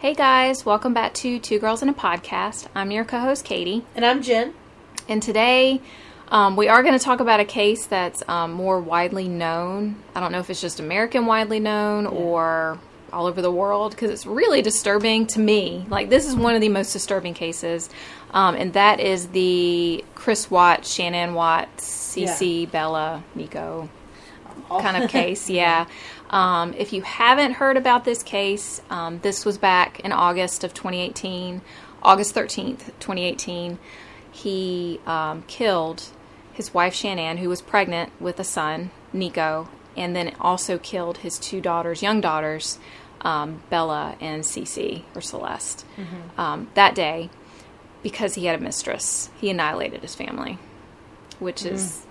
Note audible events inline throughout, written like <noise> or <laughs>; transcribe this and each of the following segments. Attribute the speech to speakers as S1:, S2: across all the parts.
S1: Hey guys, welcome back to Two Girls in a Podcast. I'm your co host, Katie,
S2: And I'm Jen.
S1: and today um, we are going to talk about a case that's um, more widely known. I don't know if it's just American widely known or all over the world because it's really disturbing to me. Like, this is one of the most disturbing cases, um, and that is the Chris Watt, Shannon Watt, CC, Bella, Nico kind of case. Yeah. Um, if you haven't heard about this case, um, this was back in August of 2018, August 13th, 2018. He um, killed his wife Shannon, who was pregnant with a son, Nico, and then also killed his two daughters, young daughters, um, Bella and Cece or Celeste, um, that day because he had a mistress. He annihilated his family, which is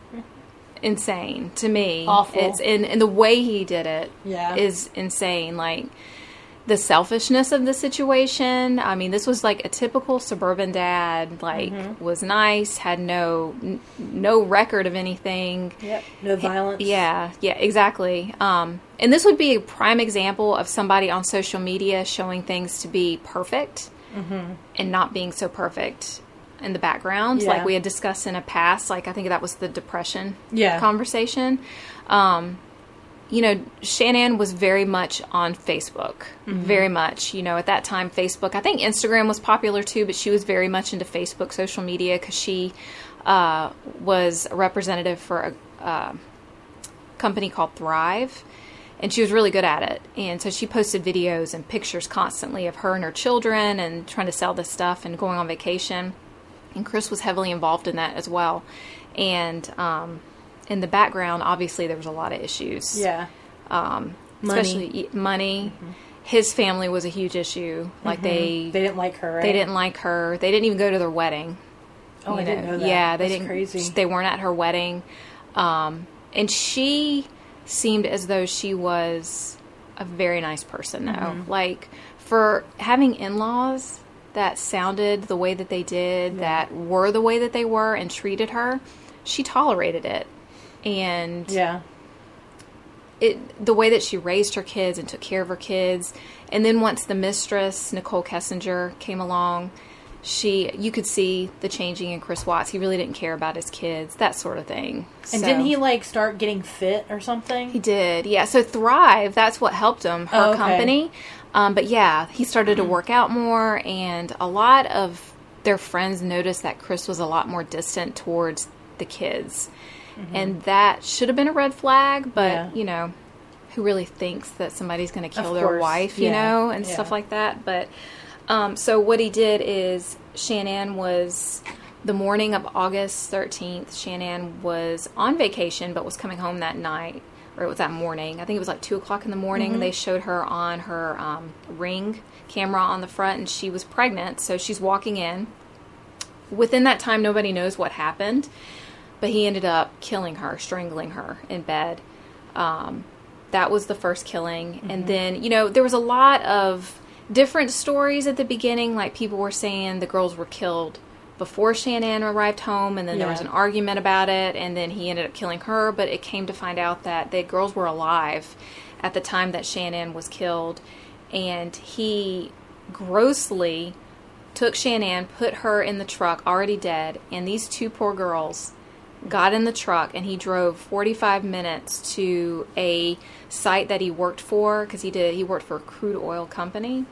S1: insane to me.
S2: Mm. Awful.
S1: It's and, and the way he did it is
S2: Yeah.
S1: insane. Like the selfishness of the situation. I mean, this was like a typical suburban dad. Like
S2: Mm-hmm.
S1: was nice, had no n- no record of anything.
S2: Yep. No violence.
S1: Yeah, yeah, exactly. Um, and this would be a prime example of somebody on social media showing things to be perfect
S2: Mm-hmm.
S1: and not being so perfect in the background,
S2: Yeah.
S1: like we had discussed in a past. Like I think that was the depression
S2: Yeah.
S1: conversation. Um, you know, Shannon was very much on Facebook,
S2: Mm-hmm.
S1: very much. You know, at that time, Facebook. I think Instagram was popular too, but she was very much into Facebook social media because she uh, was a representative for a. Uh, company called Thrive, and she was really good at it. And so she posted videos and pictures constantly of her and her children and trying to sell this stuff and going on vacation. And Chris was heavily involved in that as well. And um, in the background, obviously, there was a lot of issues.
S2: Yeah. Money. Mm-hmm.
S1: especially e- money. His family was a huge issue. Like they,
S2: They didn't like her. Right?
S1: they didn't like her. They didn't even go to their wedding.
S2: Oh, I
S1: you
S2: didn't
S1: know,
S2: know that.
S1: Yeah, they
S2: That's
S1: didn't.
S2: Crazy.
S1: They weren't at her wedding, um, and she seemed as though she was a very nice person, though.
S2: Mm-hmm.
S1: Like for having in-laws that sounded the way that they did, that were the way that they were, and treated her, she tolerated it, and
S2: yeah.
S1: it the way that she raised her kids and took care of her kids and then once the mistress nicole kessinger came along she you could see the changing in chris watts he really didn't care about his kids that sort of thing
S2: And
S1: So-
S2: didn't he like start getting fit or something?
S1: he did yeah so thrive that's what helped him her
S2: Oh, okay.
S1: company um, but yeah he started to work out more and a lot of their friends noticed that chris was a lot more distant towards the kids and that should have been a red flag but
S2: Mm-hmm. Yeah.
S1: you know who really thinks that somebody's going to kill
S2: Of
S1: their
S2: course.
S1: wife you
S2: Yeah.
S1: know and stuff
S2: Yeah.
S1: like that but um, so what he did is shannon was the morning of august 13th shannon was on vacation but was coming home that night or it was that morning i think it was like 2 o'clock in the morning
S2: Mm-hmm.
S1: they showed her on her um, ring camera on the front and she was pregnant so she's walking in within that time nobody knows what happened but he ended up killing her strangling her in bed um, that was the first killing and then you know there was a lot of different stories at the beginning like people were saying the girls were killed before shannon arrived home and then there was
S2: Yeah.
S1: an argument about it and then he ended up killing her but it came to find out that the girls were alive at the time that shannon was killed and he grossly took Shannon, put her in the truck, already dead, and these two poor girls got in the truck and he drove 45 minutes to a site that he worked for because he did he worked for a crude oil company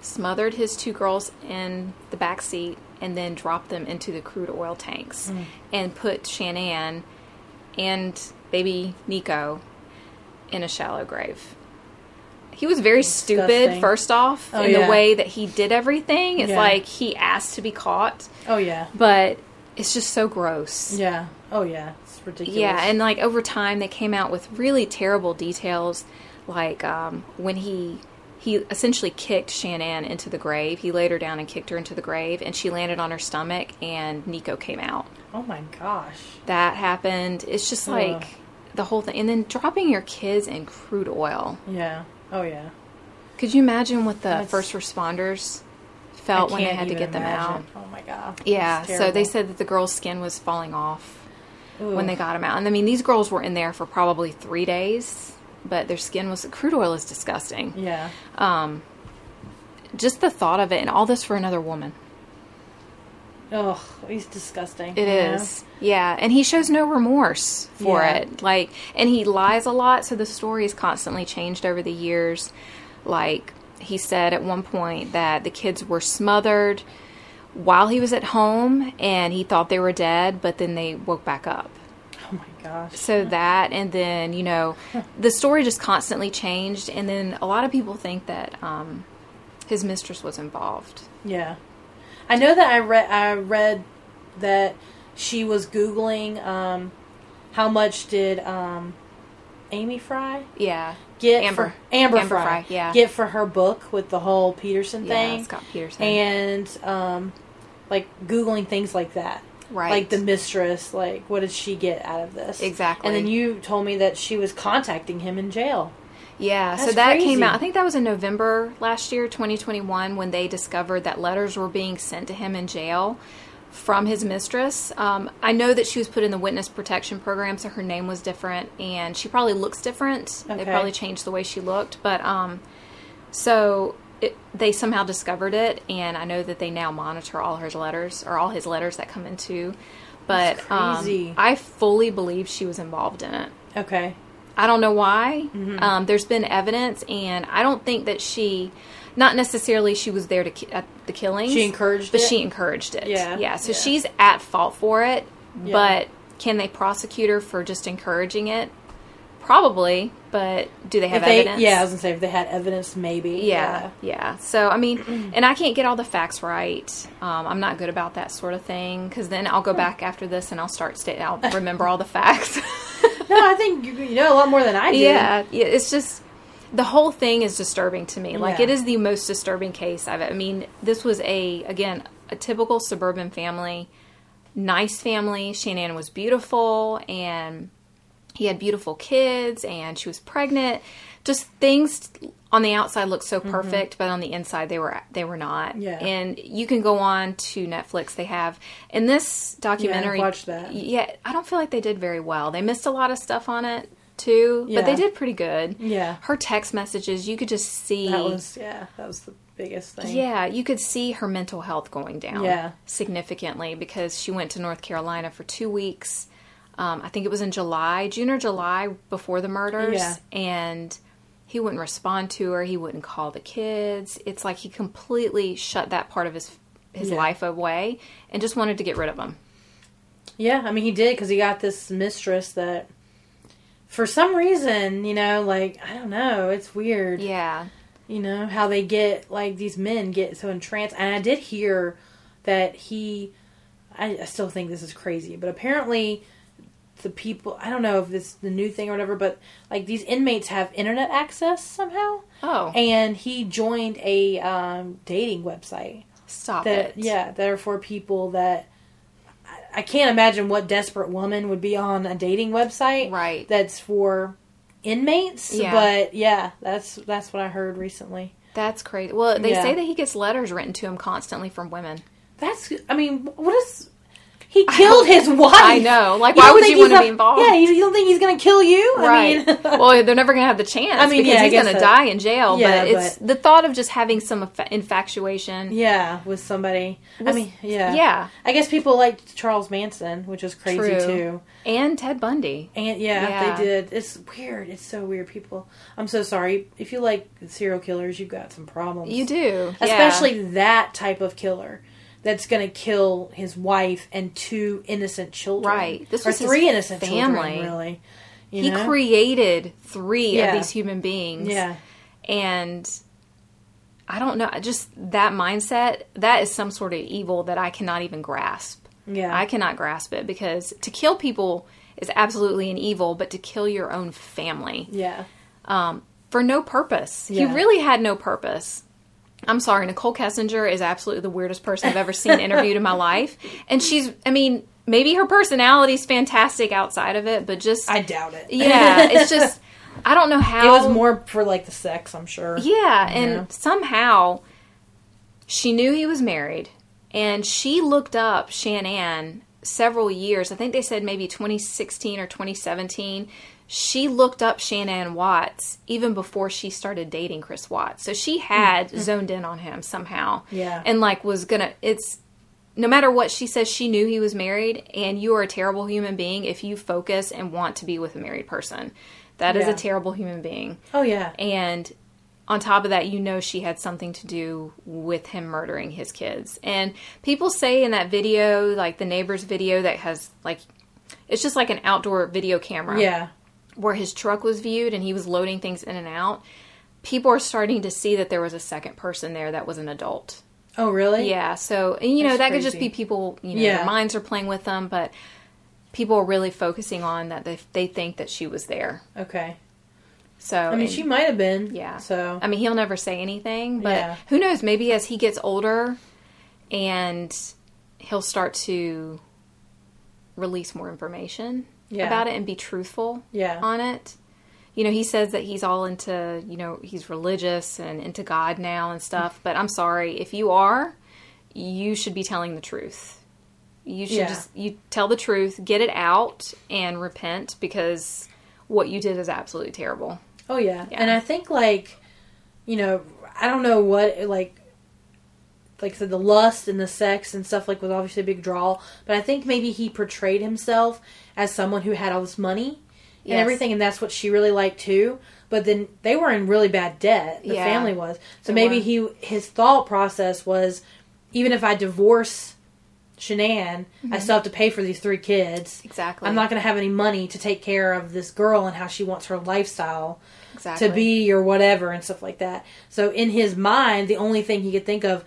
S1: smothered his two girls in the back seat and then dropped them into the crude oil tanks
S2: Mm.
S1: and put Shannon and baby Nico in a shallow grave. He was very stupid
S2: Disgusting.
S1: first off
S2: Oh,
S1: in the
S2: yeah.
S1: way that he did everything. It's
S2: Yeah.
S1: like he asked to be caught,
S2: Oh yeah.
S1: but it's just so gross.
S2: Yeah. Oh yeah. It's ridiculous.
S1: Yeah, and like over time, they came out with really terrible details, like um, when he he essentially kicked Shannon into the grave. He laid her down and kicked her into the grave, and she landed on her stomach, and Nico came out.
S2: oh my gosh.
S1: That happened. It's just like
S2: Ugh.
S1: the whole thing, and then dropping your kids in crude oil.
S2: Yeah. Oh yeah.
S1: Could you imagine what the
S2: That's-
S1: first responders
S2: I
S1: felt when they
S2: can't
S1: had to
S2: even
S1: get them out?
S2: imagine. Oh my god.
S1: Yeah,
S2: It's
S1: so they
S2: terrible.
S1: said that the girl's skin was falling off when
S2: Ooh.
S1: they got them out. And I mean, these girls were in there for probably three days, but their skin was crude oil is disgusting.
S2: Yeah.
S1: Um, just the thought of it and all this for another woman.
S2: Ugh, he's disgusting.
S1: It is, Yeah. And he shows no remorse for
S2: Yeah.
S1: it. Like, and he lies a lot. So the story is constantly changed over the years. Like, he said at one point that the kids were smothered while he was at home and he thought they were dead, but then they woke back up.
S2: Oh my gosh.
S1: So that, and then, you know, the story just constantly changed. And then a lot of people think that um, his mistress was involved.
S2: Yeah, I know that I read. I read that she was googling um, how much did um, Amy Fry
S1: Yeah.
S2: get
S1: Amber.
S2: for Amber,
S1: Amber
S2: Fry,
S1: Fry, yeah.
S2: get for her book with the whole Peterson
S1: Yeah,
S2: thing
S1: Scott Peterson.
S2: and um, like googling things like that.
S1: right.
S2: Like the mistress, like what did she get out of this?
S1: Exactly.
S2: And then you told me that she was contacting him in jail.
S1: Yeah, so
S2: That's
S1: that came
S2: crazy.
S1: out. I think that was in November last year, 2021, when they discovered that letters were being sent to him in jail from his mistress. Um, I know that she was put in the witness protection program, so her name was different, and she probably looks different. They
S2: Okay.
S1: probably changed the way she looked, but um, so it, they somehow discovered it, and I know that they now monitor all her letters or all his letters that come into. But
S2: That's
S1: um,
S2: crazy.
S1: I fully believe she was involved in it.
S2: Okay.
S1: I don't know why.
S2: Mm-hmm.
S1: Um, there's been evidence, and I don't think that she, not necessarily she was there to ki- at the killings.
S2: She encouraged
S1: but
S2: it?
S1: she encouraged it.
S2: Yeah,
S1: yeah. So
S2: yeah.
S1: she's at fault for it,
S2: Yeah.
S1: but can they prosecute her for just encouraging it? Probably, but do they have
S2: If they,
S1: evidence?
S2: yeah, I was gonna say if they had evidence, maybe.
S1: Yeah, yeah. So I
S2: <clears throat>
S1: mean, and I can't get all the facts right. Um, I'm not good about that sort of thing because then I'll go back after this and I'll start. Sta-
S2: <laughs>
S1: I'll remember all the facts.
S2: No, I think you, you know a lot more than I do.
S1: Yeah, yeah, it's just the whole thing is disturbing to me. Like
S2: Yeah.
S1: it is the most disturbing case I've. I mean, this was a again a typical suburban family, nice family. Shannon was beautiful, and he had beautiful kids, and she was pregnant. Just things on the outside looked so perfect, but on the inside they were they were not.
S2: Mm-hmm. Yeah.
S1: and you can go on to Netflix. They have in this documentary.
S2: watched that.
S1: Yeah, I don't feel like they did very well. They missed a lot of stuff on it too, but they
S2: Yeah.
S1: did pretty good.
S2: Yeah.
S1: Her text messages, you could just see
S2: That was yeah, that was the biggest thing.
S1: Yeah, you could see her mental health going down
S2: Yeah.
S1: significantly because she went to North Carolina for 2 weeks. Um, I think it was in July, June or July before the murders
S2: Yeah.
S1: and he wouldn't respond to her, he wouldn't call the kids. It's like he completely shut that part of his his
S2: Yeah.
S1: life away and just wanted to get rid of him.
S2: Yeah, I mean he did because he got this mistress that, for some reason, you know, like I don't know, it's weird.
S1: Yeah.
S2: You know how they get like these men get so entranced, and I did hear that he, I, I still think this is crazy, but apparently the people I don't know if this is the new thing or whatever, but like these inmates have internet access somehow,
S1: Oh,
S2: and he joined a um, dating website.
S1: stop
S2: that
S1: it.
S2: yeah that are for people that I- I can't imagine what desperate woman would be on a dating website
S1: Right.
S2: that's for inmates.
S1: Yeah.
S2: But yeah, that's that's what I heard recently.
S1: That's crazy. Well, they
S2: Yeah.
S1: say that he gets letters written to him constantly from women.
S2: That's I mean, what is he killed his wife?
S1: I know. Like, why
S2: don't
S1: would
S2: think
S1: you
S2: he's
S1: wanna
S2: a-
S1: be involved?
S2: Yeah, you, you don't think he's gonna kill you?
S1: right.
S2: I mean, <laughs>
S1: well, they're never going to have the chance.
S2: I mean,
S1: because
S2: yeah, I
S1: he's
S2: guess
S1: going to
S2: that-
S1: die in jail.
S2: Yeah,
S1: but it's the thought of just having some infa- infatuation.
S2: yeah, with somebody. I
S1: Was-
S2: mean, yeah,
S1: yeah.
S2: I guess people liked Charles Manson, which is crazy
S1: True.
S2: too.
S1: and Ted Bundy.
S2: And yeah,
S1: Yeah.
S2: they did. It's weird. It's so weird, people. I'm so sorry. If you like serial killers, you've got some problems.
S1: You do, Yeah.
S2: Especially that type of killer that's going to kill his wife and two innocent children.
S1: Right. This
S2: or
S1: was his
S2: three innocent
S1: family.
S2: children, really. You
S1: he
S2: know?
S1: created three
S2: Yeah.
S1: of these human beings.
S2: Yeah.
S1: and I don't know. Just that mindset. That is some sort of evil that I cannot even grasp.
S2: Yeah.
S1: I cannot grasp it because to kill people is absolutely an evil, but to kill your own family
S2: yeah.
S1: um, for no purpose.
S2: Yeah.
S1: He really had no purpose. I'm sorry, Nicole Kessinger is absolutely the weirdest person I've ever seen interviewed in my <laughs> life. And she's, I mean, maybe her personality's fantastic outside of it, but just,
S2: I doubt it.
S1: yeah, it's just, I don't know
S2: <laughs> it
S1: how.
S2: was more for like the sex, I'm sure.
S1: Yeah, and
S2: Yeah.
S1: somehow she knew he was married, and she looked up Shanann several years. I think they said maybe 2016 or 2017. she looked up Shannon Watts even before she started dating Chris Watts. So she had zoned in on him somehow.
S2: Mm-hmm. Yeah.
S1: And like was gonna it's no matter what she says she knew he was married and you are a terrible human being if you focus and want to be with a married person. That is
S2: Yeah.
S1: a terrible human being.
S2: Oh yeah.
S1: And on top of that, you know she had something to do with him murdering his kids. And people say in that video, like the neighbor's video that has like it's just like an outdoor video camera
S2: Yeah.
S1: where his truck was viewed and he was loading things in and out. People are starting to see that there was a second person there that was an adult.
S2: Oh really?
S1: Yeah, so and you know
S2: That's
S1: that could just
S2: crazy.
S1: be people. You know,
S2: Yeah.
S1: their minds are playing with them, but people are really focusing on that they they think that she was there.
S2: Okay.
S1: So
S2: I mean,
S1: and-
S2: she might have been.
S1: yeah.
S2: So
S1: I mean, he'll never say anything, but
S2: Yeah.
S1: who knows? Maybe as he gets older, and he'll start to release more information
S2: Yeah.
S1: about it and be truthful
S2: Yeah.
S1: on it. You know, he says that he's all into, you know, he's religious and into God now and
S2: <laughs>
S1: stuff, but I'm sorry, if you are, you should be telling the truth. You should
S2: Yeah.
S1: just you tell the truth, get it out and repent because what you did is absolutely terrible.
S2: Oh yeah.
S1: Yeah.
S2: And I think like you know, I don't know what like like I said, the lust and the sex and stuff like was obviously a big draw, but I think maybe he portrayed himself as someone who had all this money and
S1: Yes.
S2: everything, and that's what she really liked too. But then they were in really bad debt. The
S1: Yeah.
S2: family was so
S1: They
S2: maybe
S1: were.
S2: he his thought process was, even if I divorce Shanann, I still have to pay for these three kids.
S1: Mm-hmm. Exactly.
S2: I'm not going to have any money to take care of this girl and how she wants her lifestyle
S1: exactly.
S2: to be or whatever and stuff like that. So in his mind, the only thing he could think of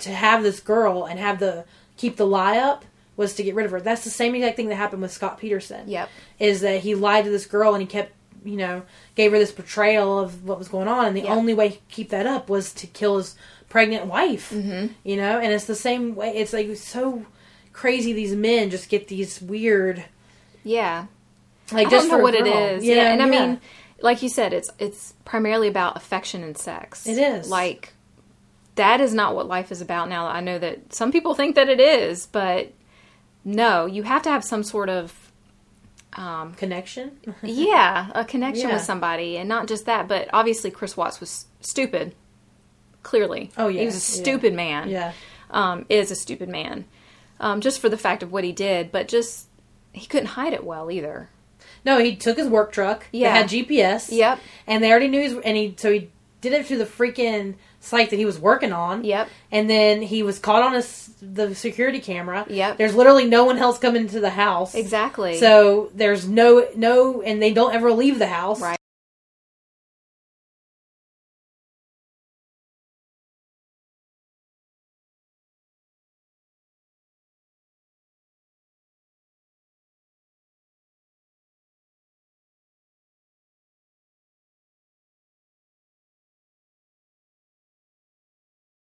S2: to have this girl and have the keep the lie up was to get rid of her. That's the same exact thing that happened with Scott Peterson.
S1: Yep.
S2: Is that he lied to this girl and he kept you know, gave her this portrayal of what was going on, and the
S1: Yeah.
S2: only way he could keep that up was to kill his pregnant wife. Mm-hmm. You know, and it's the same way. It's like so crazy. These men just get these weird,
S1: Yeah.
S2: like
S1: I don't
S2: just
S1: know
S2: for a
S1: what it
S2: girl.
S1: is. Yeah. And I mean, like you said, it's it's primarily about affection and sex.
S2: It is.
S1: Like that is not what life is about now. I know that some people think that it is, but no, you have to have some sort of um
S2: connection. <laughs>
S1: yeah, a connection
S2: Yeah.
S1: with somebody and not just that, but obviously Chris Watts was stupid. Clearly.
S2: Oh, yeah,
S1: He was a
S2: yeah.
S1: stupid man.
S2: Yeah.
S1: um, is a stupid man, um, just for the fact of what he did, but just he couldn't hide it well either.
S2: No, he took his work truck. Yeah.
S1: Yeah.
S2: That had GPS.
S1: Yep.
S2: And they already knew his, and he, so he did it through the freaking site that he was working on.
S1: Yep.
S2: And then he was caught on his, the security camera.
S1: Yep.
S2: There's literally no one else coming to the house.
S1: Exactly.
S2: So there's no, no, and they don't ever leave the house.
S1: Right.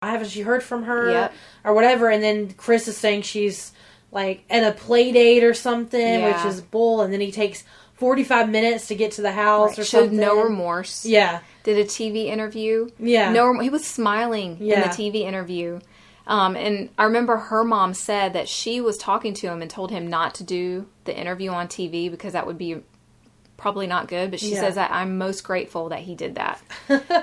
S2: Haven't you heard from her?
S1: Yep.
S2: Or whatever. And then Chris is saying she's like at a play date or something,
S1: Yeah.
S2: which is bull. And then he takes 45 minutes to get to the house
S1: Right.
S2: or
S1: showed
S2: something.
S1: no remorse.
S2: Yeah.
S1: Did a TV interview.
S2: Yeah.
S1: No, rem- he was smiling in
S2: Yeah.
S1: the TV interview. Um, and I remember her mom said that she was talking to him and told him not to do the interview on TV because that would be probably not good. But she
S2: Yeah.
S1: says that I'm most grateful that he did
S2: <laughs>
S1: that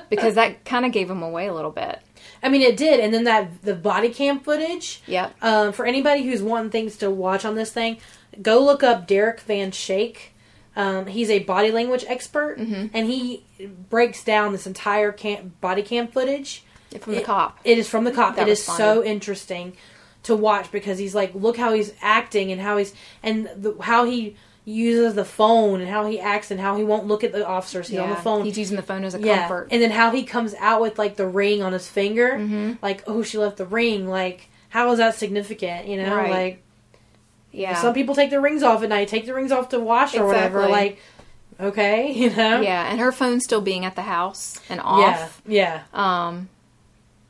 S1: because that kind of gave him away a little bit.
S2: I mean, it did, and then that the body cam footage.
S1: Yep.
S2: Um, for anybody who's wanting things to watch on this thing, go look up Derek Van Shake. Um, he's a body language expert,
S1: Mm-hmm.
S2: and he breaks down this entire cam- body cam footage.
S1: From the cop.
S2: It is from the cop.
S1: That
S2: it
S1: was
S2: is
S1: funny.
S2: so interesting to watch because he's like, look how he's acting and how he's and the, how he uses the phone and how he acts and how he won't look at the officers he's on the phone.
S1: He's using the phone as a
S2: Yeah,
S1: comfort.
S2: and then how he comes out with like the ring on his finger,
S1: Mm-hmm.
S2: like oh she left the ring, like how is that significant? You know,
S1: Right.
S2: like
S1: yeah.
S2: some people take their rings off at night, take their rings off to wash or whatever.
S1: Exactly.
S2: Like okay, <laughs> you know,
S1: Yeah, and her phone still being at the house and
S2: yeah,
S1: off.
S2: yeah,
S1: Um,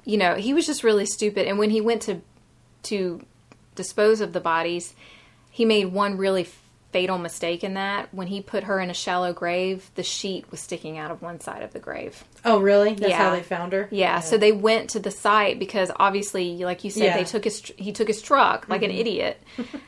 S1: you know, he was just really stupid. And when he went to to dispose of the bodies, he made one really f- fatal mistake in that. When he put her in a shallow grave, the sheet was sticking out of one side of the grave.
S2: Oh, really? That's
S1: Yeah.
S2: how they found her.
S1: Yeah, so they went to the site because obviously, like you said,
S2: Yeah.
S1: they took his he took his truck like an idiot,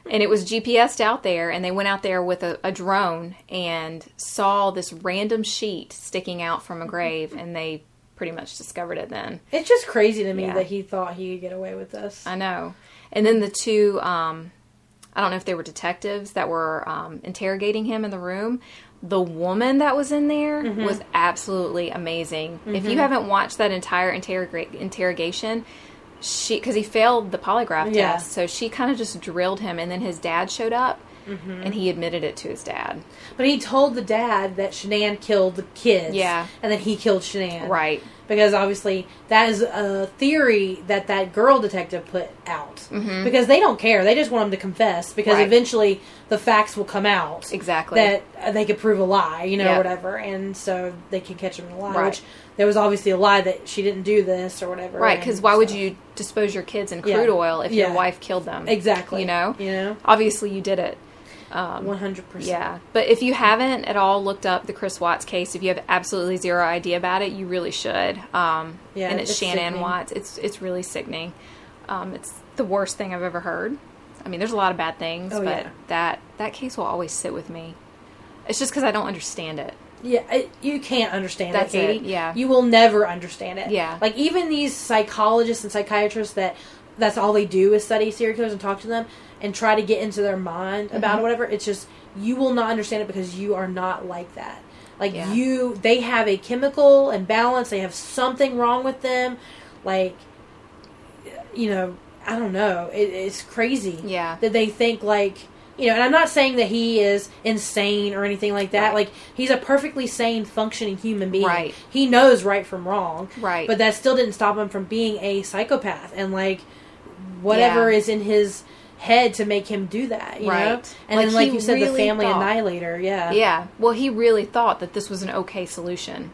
S1: and it was GPSed out there, and they went out there with a, a drone and saw this random sheet sticking out from a grave, and they pretty much discovered it then.
S2: It's just crazy to me
S1: Yeah.
S2: that he thought he could get away with this.
S1: I know. And then the two, um, I don't know if they were detectives that were um, interrogating him in the room. The woman that was in there
S2: Mm-hmm.
S1: was absolutely amazing. If you haven't watched that entire interrogra- interrogation, she because he failed the polygraph
S2: Yeah.
S1: test, so she kind of just drilled him, and then his dad showed up,
S2: Mm-hmm.
S1: and he admitted it to his dad.
S2: But he told the dad that Shanann killed the kids.
S1: Yeah.
S2: And then he killed Shanann.
S1: Right?
S2: Because obviously that is a theory that that girl detective put out. Because they don't care. They just want him to confess because
S1: Mm-hmm. Right.
S2: eventually the facts will come out.
S1: Exactly.
S2: That uh, they could prove a lie, you know,
S1: Yep.
S2: whatever. And so they can catch him in a lie.
S1: Right.
S2: Which there was obviously a lie that she didn't do this or whatever.
S1: right?
S2: and
S1: Because why would
S2: so-
S1: you dispose your kids in
S2: Yeah.
S1: crude oil if
S2: Yeah.
S1: your wife killed them?
S2: Exactly.
S1: You know.
S2: You know?
S1: Obviously, you did it. Um,
S2: 100%.
S1: Yeah, but if you haven't at all looked up the Chris Watts case, if you have absolutely zero idea about it, you really should. Um,
S2: Yeah,
S1: and it's,
S2: it's
S1: Shannon
S2: sickening.
S1: Watts. It's it's really sickening. Um, it's the worst thing I've ever heard. I mean, there's a lot of bad things,
S2: Oh,
S1: but
S2: yeah.
S1: that that case will always sit with me. It's just because I don't understand it.
S2: Yeah, it, you can't understand
S1: That's
S2: it, Katie.
S1: it, yeah.
S2: you will never understand it.
S1: Yeah.
S2: like even these psychologists and psychiatrists that that's all they do is study serial killers and talk to them and try to get into their mind
S1: Mm-hmm.
S2: about it, whatever. It's just you will not understand it because you are not like that. Like
S1: Yeah.
S2: you, they have a chemical imbalance. They have something wrong with them. Like you know, I don't know. It, it's crazy.
S1: Yeah.
S2: That they think like, you know, and I'm not saying that he is insane or anything like that.
S1: Right.
S2: Like he's a perfectly sane functioning human being.
S1: Right.
S2: He knows right from wrong.
S1: Right.
S2: But that still didn't stop him from being a psychopath and like whatever
S1: Yeah.
S2: is in his head to make him do that, you know?
S1: Right.
S2: And
S1: Like,
S2: then like
S1: he
S2: you said the
S1: really
S2: family
S1: thought-
S2: annihilator, yeah.
S1: Yeah. Well, he really thought that this was an okay solution.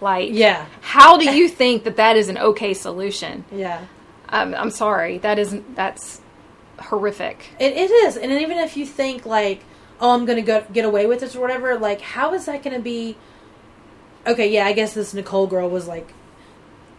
S1: Like,
S2: Yeah.
S1: How do you think that that is an okay solution?
S2: Yeah.
S1: Um, I'm sorry. That isn't. That's horrific.
S2: It, it is, and then even if you think like, oh, I'm gonna go get away with this or whatever, like, how is that gonna be? Okay, yeah, I guess this Nicole girl was like,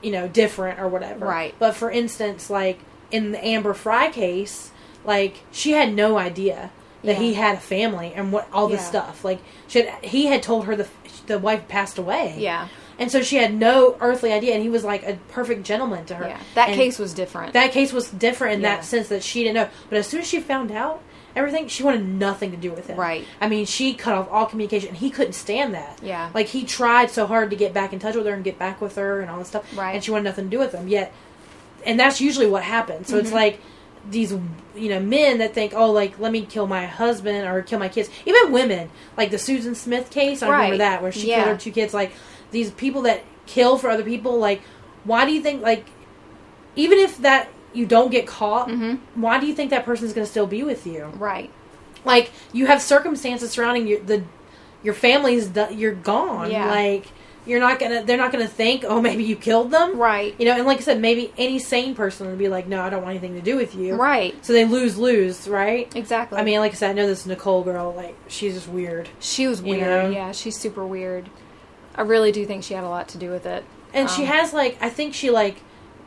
S2: you know, different or whatever,
S1: Right.
S2: But for instance, like in the Amber Fry case, like she had no idea that
S1: Yeah.
S2: he had a family and what all this
S1: Yeah.
S2: stuff. Like, she had, he had told her the the wife passed away,
S1: Yeah.
S2: and so she had no earthly idea, and he was like a perfect gentleman to her.
S1: Yeah, that
S2: And-
S1: case was different.
S2: that case was different in
S1: Yeah.
S2: that sense that she didn't know. But as soon as she found out everything, she wanted nothing to do with him.
S1: Right.
S2: I mean, she cut off all communication. and He couldn't stand that.
S1: Yeah.
S2: Like he tried so hard to get back in touch with her and get back with her and all this stuff.
S1: Right.
S2: And she wanted nothing to do with him. Yet, and that's usually what happens. So
S1: Mm-hmm.
S2: it's like these you know men that think oh like let me kill my husband or kill my kids even women like the susan smith case i remember
S1: Right.
S2: that where she
S1: Yeah.
S2: killed her two kids like these people that kill for other people like why do you think like even if that you don't get caught,
S1: Mm-hmm.
S2: why do you think that person's going to still be with you?
S1: right.
S2: Like you have circumstances surrounding your the your family's do- you're gone.
S1: Yeah.
S2: Like you're not gonna they're not gonna think oh <laughs> maybe you killed them.
S1: Right.
S2: You know, and like I said, maybe any sane person would be like, no, I don't want anything to do with you.
S1: Right.
S2: So they lose lose, right?
S1: Exactly.
S2: I mean, like I said, I know this Nicole girl. Like she's just weird,
S1: she was
S2: you
S1: weird.
S2: know?
S1: Yeah, she's super weird. I really do think she had a lot to do with it.
S2: and she
S1: Um,
S2: has like I think she like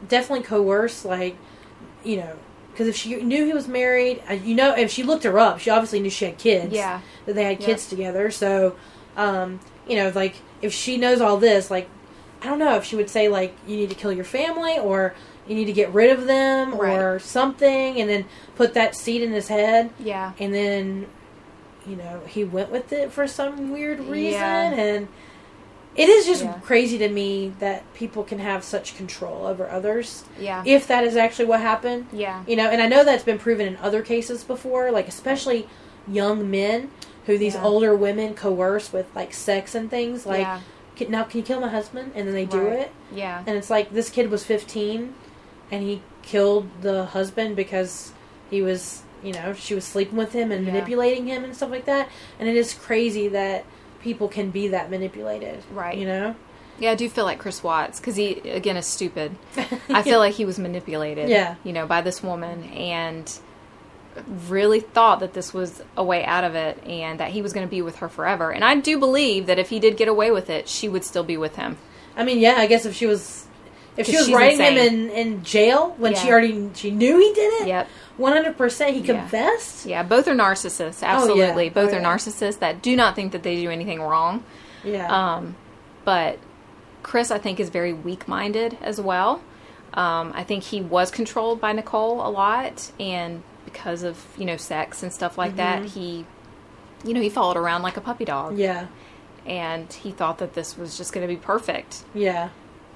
S2: definitely coerced like you know because if she knew he was married, uh, you know, if she looked her up, she obviously knew she had kids.
S1: Yeah.
S2: that they had
S1: Yeah.
S2: kids together. So, um, you know, like if she knows all this, like I don't know if she would say like you need to kill your family or you need to get rid of them or
S1: Right.
S2: something, and then put that seed in his head,
S1: Yeah.
S2: and then you know he went with it for some weird reason,
S1: Yeah.
S2: and it is just
S1: Yeah.
S2: crazy to me that people can have such control over others
S1: Yeah.
S2: if that is actually what happened.
S1: yeah.
S2: You know, and I know that's been proven in other cases before, like especially young men who these
S1: Yeah.
S2: older women coerce with like sex and things. Like,
S1: yeah.
S2: can, now can you kill my husband? And then they do
S1: Right.
S2: it,
S1: Yeah.
S2: and it's like this kid was 15, and he killed the husband because he was, you know, she was sleeping with him and
S1: Yeah.
S2: manipulating him and stuff like that. And it is crazy that people can be that manipulated,
S1: Right.
S2: You know,
S1: Yeah, I do feel like Chris Watts because he again is
S2: <laughs>
S1: stupid. I feel like he was manipulated.
S2: Yeah.
S1: You know, by this woman and really thought that this was a way out of it and that he was going to be with her forever. And I do believe that if he did get away with it, she would still be with him.
S2: I mean, yeah, I guess if she was, if she
S1: 'Cause
S2: was
S1: she's
S2: writing him in,
S1: insane.
S2: in jail when she
S1: Yeah.
S2: already she knew he did it.
S1: Yep.
S2: One hundred percent, he
S1: Yeah.
S2: confessed.
S1: Yeah, both are narcissists. Absolutely. Both
S2: Oh,
S1: are
S2: yeah.
S1: narcissists that do not think that they do anything wrong.
S2: Yeah.
S1: Um, but Chris, I think, is very weak minded as well. Um, I think he was controlled by Nicole a lot, and because of you know sex and stuff like that, he, you know, he followed around like a puppy dog,
S2: Mm-hmm. yeah.
S1: and he thought that this was just going to be perfect.
S2: Yeah.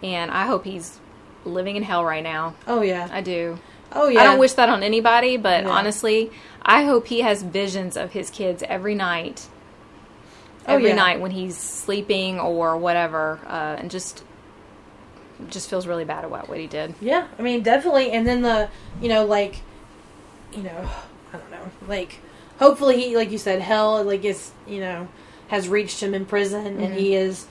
S1: And I hope he's living in hell right now.
S2: Oh yeah.
S1: I do.
S2: oh yeah.
S1: I don't wish that on anybody, but
S2: No.
S1: honestly, I hope he has visions of his kids every night.
S2: Oh,
S1: Every
S2: yeah.
S1: night when he's sleeping or whatever, uh, and just just feels really bad about what he did.
S2: Yeah, I mean, definitely. And then the, you know, like, you know, I don't know, like, hopefully he, like you said, hell, like, is, you know, has reached him in prison
S1: Mm-hmm.
S2: and he is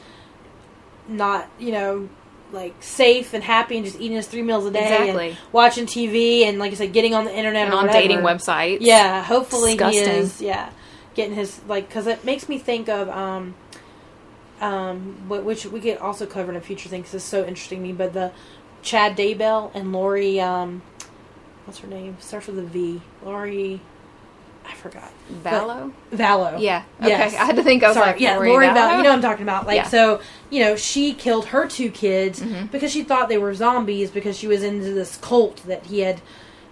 S2: not, you know, like, safe and happy and just eating his three meals a day
S1: Exactly.
S2: and watching TV and, like I said, getting on the internet
S1: And
S2: or
S1: on
S2: whatever.
S1: dating websites.
S2: Yeah, hopefully he
S1: Disgusting.
S2: is. Yeah, getting his like because it makes me think of um, um, wh- which we could also cover in a future thing because it's so interesting to me. But the Chad Daybell and Lori, um, what's her name? Starts with a V. Lori, I forgot.
S1: Vallow?
S2: Vallow.
S1: Yeah. Okay. <laughs>
S2: Yes.
S1: I had to think. I was
S2: Sorry,
S1: like,
S2: yeah, Lori Vallow. You know what
S1: <laughs>
S2: I'm
S1: talking.
S2: talking about. Like,
S1: Yeah. Mm-hmm.
S2: so, you know, she killed her two kids because she thought they were zombies because she was into this cult that he had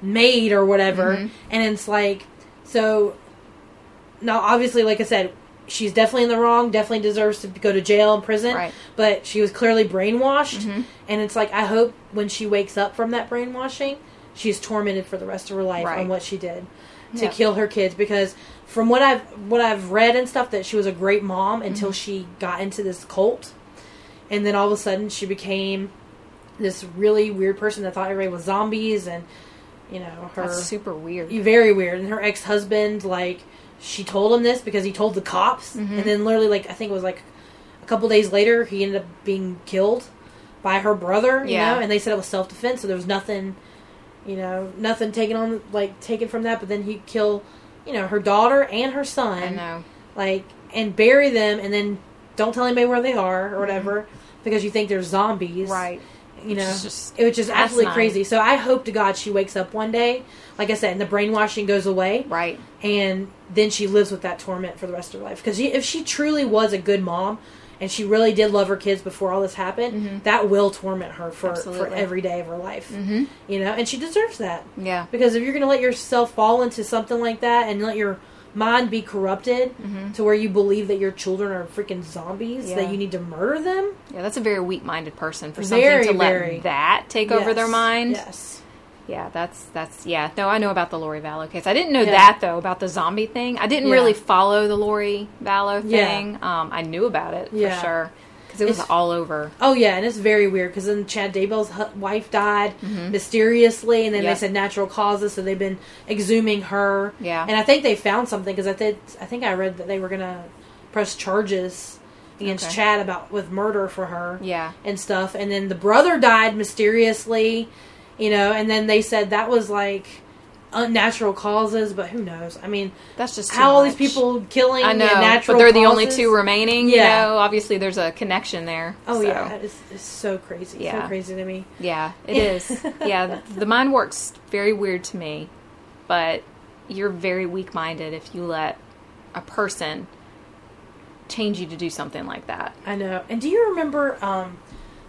S2: made or whatever.
S1: Mhm.
S2: And it's like, so, now, obviously, like I said, she's definitely in the wrong, definitely deserves to go to jail and prison.
S1: Right.
S2: But she was clearly brainwashed.
S1: Mhm.
S2: And it's like, I hope when she wakes up from that brainwashing, she's tormented for the rest of her life
S1: Right.
S2: on what she did to
S1: Yeah.
S2: kill her kids because from what I've what I've read and stuff that she was a great mom
S1: Mm-hmm.
S2: until she got into this cult and then all of a sudden she became this really weird person that thought everybody was zombies and you know her
S1: That's super weird.
S2: very weird and her ex-husband like she told him this because he told the cops
S1: Mm-hmm.
S2: and then literally like I think it was like a couple days later he ended up being killed by her brother you
S1: Yeah.
S2: know and they said it was self-defense so there was nothing you know, nothing taken on like taken from that, but then he'd kill, you know, her daughter and her son.
S1: I know.
S2: Like and bury them and then don't tell anybody where they are or whatever because you think they're zombies.
S1: Mm-hmm. Right.
S2: You know.
S1: It's just
S2: it was just absolutely
S1: asinine.
S2: crazy. So I hope to God she wakes up one day, like I said, and the brainwashing goes away
S1: Right.
S2: and then she lives with that torment for the rest of her life. Because if she truly was a good mom, and she really did love her kids before all this happened, that will torment her for, for
S1: Mm-hmm. Absolutely.
S2: every day of her life.
S1: Mhm.
S2: You know, and she deserves that
S1: Yeah.
S2: because if you're going to let yourself fall into something like that and let your mind be corrupted to where you believe that your children are freaking zombies
S1: Mm-hmm. Yeah.
S2: that you need to murder them,
S1: Yeah. That's a very weak-minded person for something
S2: Very,
S1: to let
S2: very.
S1: that take over their
S2: Yes.
S1: mind.
S2: Yes.
S1: Yeah, that's that's yeah. No, I know about the Lori Vallow case. I didn't know
S2: Yeah.
S1: that though about the zombie thing. I didn't
S2: Yeah.
S1: really follow the Lori Vallow
S2: Yeah.
S1: thing. Um, I knew about it
S2: Yeah.
S1: for sure because it was
S2: It's-
S1: all over.
S2: Oh yeah, and it's very weird because then Chad Daybell's hu- wife died mysteriously, and then
S1: Mm-hmm. Yeah.
S2: they said natural causes, so they've been exhuming her.
S1: Yeah.
S2: and I think they found something because I did. I think I read that they were gonna press charges against
S1: Okay.
S2: Chad about with murder for her.
S1: Yeah,
S2: and stuff, and then the brother died mysteriously, you know, and then they said that was like unnatural causes, but who knows? I mean,
S1: that's just too
S2: how all these
S1: much.
S2: people killing?
S1: I know,
S2: and natural
S1: but they're the only
S2: causes?
S1: two remaining.
S2: Yeah.
S1: You know, obviously there's a connection there.
S2: Oh
S1: so.
S2: yeah, it's, it's so crazy, so
S1: Yeah.
S2: crazy to me. <laughs>
S1: yeah, it is. yeah, the mind works very weird to me, but you're very weak-minded if you let a person change you to do something like that.
S2: I know. And do you remember? Um,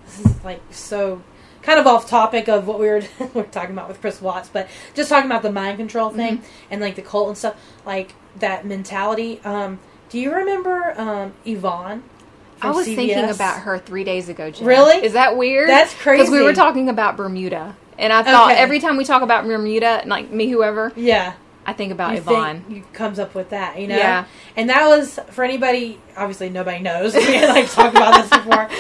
S2: this is like so kind of off topic of what we were <laughs> we were talking about with Chris Watts, but just talking about the mind control
S1: Mm-hmm.
S2: thing and like the cult and stuff, like that mentality. Um, do you remember um, Yvonne?
S1: I was thinking
S2: CVS?
S1: about her three days ago, Jen.
S2: Really?
S1: Is that weird?
S2: That's
S1: Because we
S2: crazy.
S1: were talking about Bermuda. And I thought
S2: Okay.
S1: every time we talk about Bermuda, and like me, whoever,
S2: Yeah.
S1: I think about
S2: you
S1: Yvonne.
S2: think you comes up with that, you know?
S1: Yeah.
S2: And that was for anybody. Obviously, nobody knows. <laughs> We had, like talked about this
S1: <laughs>
S2: before, but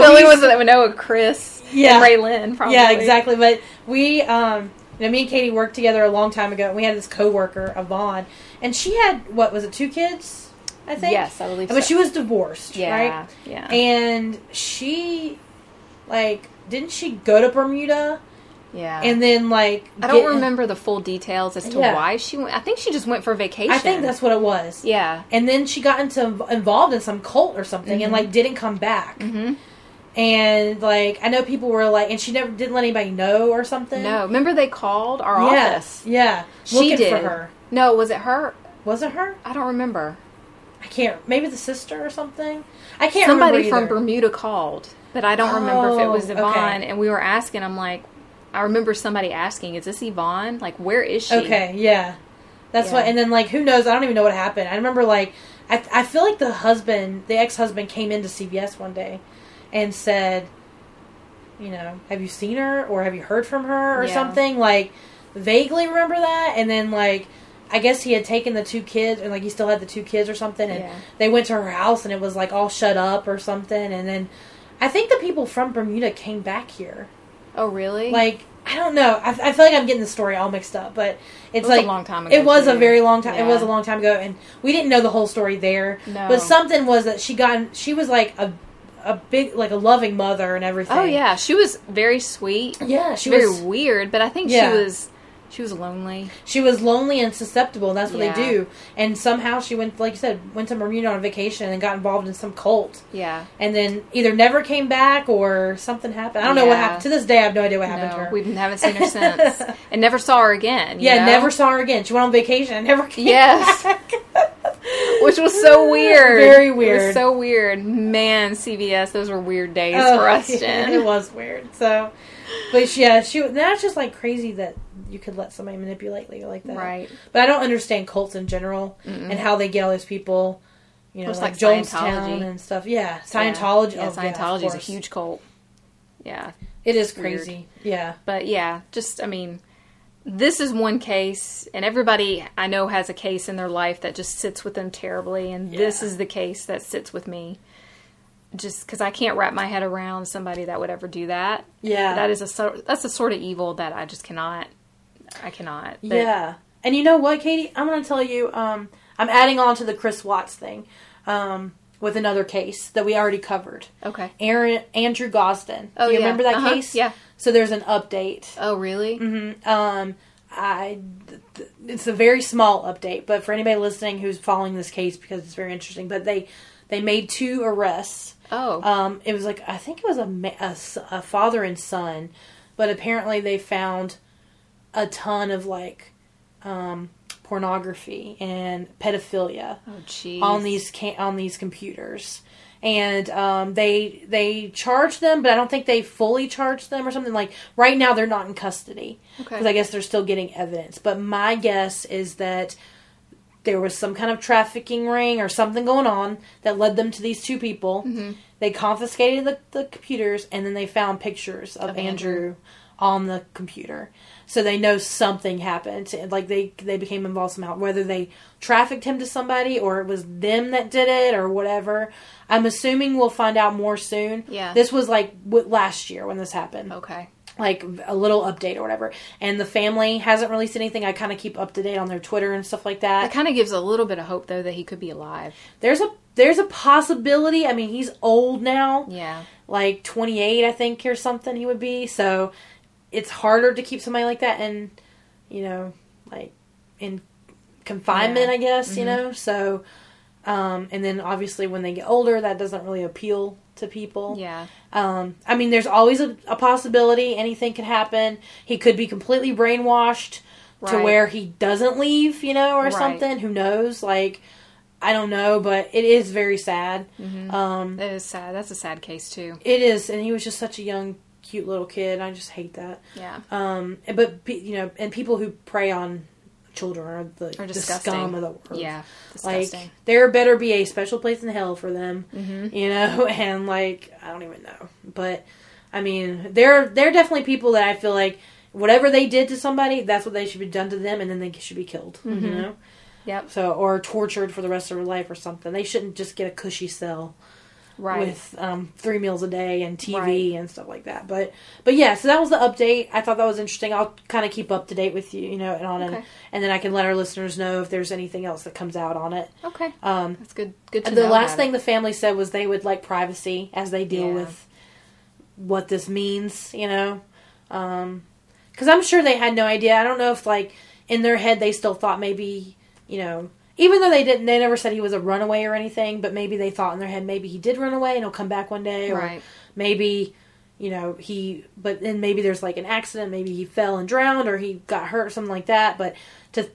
S1: the only
S2: we-
S1: ones that would know are Chris
S2: Yeah.
S1: and Ray Lynn, probably.
S2: Yeah, exactly. But we, um, you know, me and Katie worked together a long time ago, and we had this coworker, Yvonne, and she had what was it, two kids? I think.
S1: Yes, I believe
S2: But
S1: so.
S2: she was divorced,
S1: Yeah.
S2: right?
S1: Yeah.
S2: And she, like, didn't she go to Bermuda
S1: Yeah.
S2: and then like
S1: I don't
S2: get-
S1: remember the full details as to
S2: Yeah.
S1: why she went. I think she just went for vacation.
S2: I think that's what it was.
S1: Yeah.
S2: And then she got into involved in some cult or something,
S1: Mm-hmm.
S2: and like didn't come back.
S1: Mhm.
S2: And like I know people were like, and she never didn't let anybody know or something.
S1: No. Remember they called our
S2: Yes.
S1: office?
S2: Yeah.
S1: She
S2: Looking
S1: did.
S2: for her.
S1: No, was it her?
S2: Was it her?
S1: I don't remember.
S2: I can't. Maybe the sister or something. I can't.
S1: Somebody
S2: remember
S1: from
S2: either.
S1: Bermuda called, but I don't remember if it was
S2: Oh, okay.
S1: Yvonne. And we were asking, I'm like, I remember somebody asking, is this Yvonne? Like, where is she?
S2: Okay, yeah, that's
S1: Yeah.
S2: what. And then like, who knows? I don't even know what happened. I remember like, I I feel like the husband, the ex husband, came into CBS one day, and said, you know, have you seen her or have you heard from her or
S1: Yeah.
S2: something? Like, vaguely remember that. And then like, I guess he had taken the two kids and like he still had the two kids or something, and
S1: Yeah.
S2: they went to her house and it was like all shut up or something, and then. I think the people from Bermuda came back here.
S1: Oh, really?
S2: Like, I don't know. I, I feel like I'm getting the story all mixed up, but
S1: it
S2: it's
S1: was
S2: like
S1: a long time ago.
S2: it was a
S1: too.
S2: very long time. It was a
S1: Yeah.
S2: long time ago, and we didn't know the whole story there.
S1: No.
S2: But something was that she got. She was like a, a big, like a loving mother and everything.
S1: Oh yeah, she was very sweet.
S2: yeah. She
S1: very
S2: was.
S1: weird, but I think
S2: Yeah.
S1: she was she was lonely.
S2: She was lonely and susceptible. And that's what they
S1: Yeah.
S2: do. And somehow she went, like you said, went to Bermuda on vacation and got involved in some cult.
S1: Yeah.
S2: And then either never came back or something happened. I don't know what
S1: Yeah.
S2: happened. To this day, I have no idea what happened to
S1: No,
S2: her.
S1: we haven't seen her
S2: <laughs>
S1: since, and never saw her again. you
S2: yeah,
S1: know?
S2: never saw her again. She went on vacation and never came
S1: Yes.
S2: back.
S1: <laughs>
S2: <laughs>
S1: which was so weird.
S2: Very
S1: It was
S2: weird. Oh,
S1: so weird. Man, CBS, those were weird days
S2: <laughs>
S1: for
S2: Oh,
S1: us, Jen.
S2: It was weird. So, but she- yeah, she that's just like crazy that you could let somebody manipulate you like that.
S1: Right.
S2: But I don't understand cults in general and how they get all those people. You know,
S1: It's
S2: like,
S1: like
S2: Jonestown
S1: Scientology.
S2: and stuff. Yeah, Scientology.
S1: Yeah,
S2: oh, yeah, of
S1: Scientology is a
S2: course.
S1: huge cult. Yeah.
S2: It is
S1: weird.
S2: crazy. Yeah.
S1: But yeah, just, I mean, this is one case, and everybody I know has a case in their life that just sits with them terribly, and this
S2: Yeah.
S1: is the case that sits with me. Just because I can't wrap my head around somebody that would ever do that.
S2: Yeah.
S1: That is a sort, that's a sort of evil that I just cannot, I cannot. But-
S2: Yeah. And you know what, Katie? I'm going to tell you, um, I'm adding on to the Chris Watts thing um, with another case that we already covered.
S1: Okay.
S2: Aaron Andrew Gosden.
S1: Oh,
S2: you
S1: yeah.
S2: remember that
S1: Uh-huh.
S2: case?
S1: Yeah.
S2: So there's an update.
S1: Oh, really?
S2: Mhm. Um, I th- th- it's a very small update, but for anybody listening who's following this case because it's very interesting, but they they made two arrests.
S1: Oh.
S2: Um, it was like I think it was a, ma- a s- a father and son, but apparently they found a ton of like um, pornography and pedophilia
S1: oh, jeez.
S2: on these ca- on these computers. And um, they they charge them, but I don't think they fully charge them or something. Like right now, they're not in custody
S1: Okay.
S2: because I guess they're still getting evidence. But my guess is that there was some kind of trafficking ring or something going on that led them to these two people. They confiscated the, the computers and then they found pictures of,
S1: Of
S2: Andrew,
S1: Andrew.
S2: on the computer. So they know something happened. And, Like they they became involved somehow. Whether they trafficked him to somebody or it was them that did it or whatever. I'm assuming we'll find out more soon.
S1: Yeah.
S2: This was like w- last year when this happened
S1: okay.
S2: like a little update or whatever. And the family hasn't released anything. I kind of keep up to date on their Twitter and stuff like
S1: That
S2: that.
S1: kind of gives a little bit of hope, though, that he could be alive.
S2: There's a there's a possibility. I mean, he's old now,
S1: Yeah.
S2: like 28, I think, or something. He would be so. It's harder to keep somebody like that in, you know, like in confinement.
S1: Yeah. Mm-hmm.
S2: I guess you know. So, um, and then obviously when they get older, that doesn't really appeal to people.
S1: Yeah.
S2: Um, I mean, there's always a, a possibility anything could happen. He could be completely brainwashed to
S1: Right.
S2: where he doesn't leave, you know, or
S1: Right.
S2: something. Who knows? Like, I don't know, but it is very sad.
S1: Mm-hmm.
S2: Um,
S1: That is sad. That's a sad case, too.
S2: it is, and he was just such a young, cute little kid. I just hate that.
S1: Yeah.
S2: Um, but pe- you know, and people who prey on children are the,
S1: Or
S2: the
S1: disgusting.
S2: scum of the world.
S1: Yeah.
S2: Like
S1: Disgusting. Mm-hmm.
S2: there better be a special place in hell for them, you know. <laughs> And like I don't even know, but I mean, there there are definitely people that I feel like whatever they did to somebody, that's what they should be done to them, and then they should be killed, you know.
S1: Mm-hmm. Yep.
S2: So or tortured for the rest of their life or something. They shouldn't just get a cushy cell
S1: right.
S2: with um, three meals a day and TV
S1: Right.
S2: and stuff like that. But but yeah, so that was the update. I thought that was interesting. I'll kind of keep up to date with you, you know, and on it,
S1: Okay.
S2: and then I can let our listeners know if there's anything else that comes out on it.
S1: okay.
S2: Um,
S1: That's good. Good to
S2: the
S1: know
S2: last
S1: about
S2: thing the family said was they would like privacy as they deal
S1: Yeah.
S2: with what this means, you know. Um, because I'm sure they had no idea. I don't know if like in their head they still thought maybe you know even though they didn't they never said he was a runaway or anything, but maybe they thought in their head maybe he did run away and he'll come back one day or
S1: Right.
S2: maybe you know he but then maybe there's like an accident maybe he fell and drowned or he got hurt or something like that but to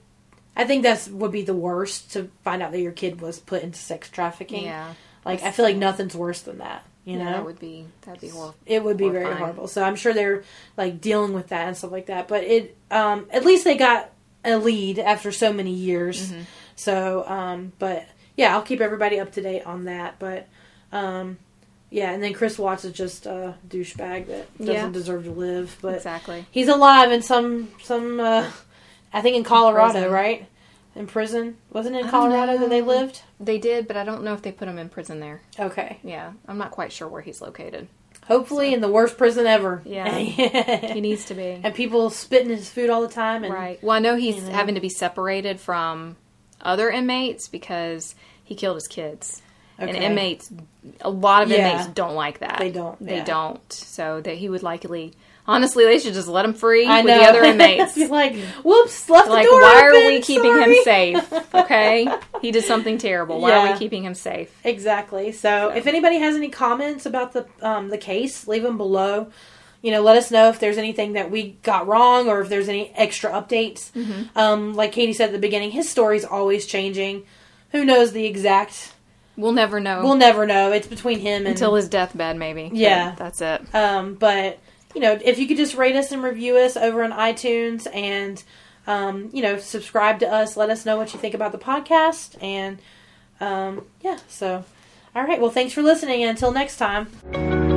S2: i think that's would be the worst to find out that your kid was put into sex trafficking
S1: Yeah.
S2: like i feel like nothing's worse than that you
S1: Yeah,
S2: know
S1: that would be that'd be horrible.
S2: it would be very
S1: horrifying.
S2: horrible so i'm sure they're like dealing with that and stuff like that but it um at least they got a lead after so many years
S1: Mm-hmm.
S2: so um but yeah i'll keep everybody up to date on that but um yeah and then chris watts is just a douchebag that doesn't
S1: Yeah.
S2: deserve to live but
S1: exactly.
S2: he's alive in some some uh i think in colorado
S1: prison.
S2: right in prison wasn't it in
S1: I don't
S2: colorado that they
S1: know.
S2: lived
S1: They did, but I don't know if they put him in prison there.
S2: okay
S1: Yeah, I'm not quite sure where he's <laughs> located.
S2: hopefully in the worst prison ever <laughs>
S1: Yeah. He needs to be.
S2: Mm-hmm. and people spitting his food all the time and
S1: Right. Well, I know he's
S2: you know.
S1: having to be separated from other inmates because he killed his kids. And
S2: Okay.
S1: inmates, a lot of
S2: Yeah.
S1: inmates don't like that.
S2: They don't,
S1: They
S2: yeah.
S1: don't. So that he would likely, honestly, they should just let him free
S2: I
S1: with
S2: know.
S1: the
S2: <laughs>
S1: other <laughs> inmates.
S2: Be like, whoops, left
S1: like,
S2: the door
S1: why
S2: open,
S1: are we keeping
S2: sorry."
S1: him safe? Okay, he did something terrible. Why are
S2: Yeah.
S1: we keeping him safe?
S2: Exactly.
S1: So.
S2: So, if anybody has any comments about the um, the case, leave them below. You know, let us know if there's anything that we got wrong or if there's any extra updates.
S1: Mm-hmm.
S2: Um, like Katie said at the beginning, his story's always changing. Who knows the exact?
S1: We'll never know
S2: We'll never know. It's between him and
S1: until his deathbed, maybe.
S2: Yeah.
S1: But that's it.
S2: Um, but you know, if you could just rate us and review us over on iTunes, and um, you know, subscribe to us, let us know what you think about the podcast, and um, yeah. So, all right. Well, thanks for listening. And until next time.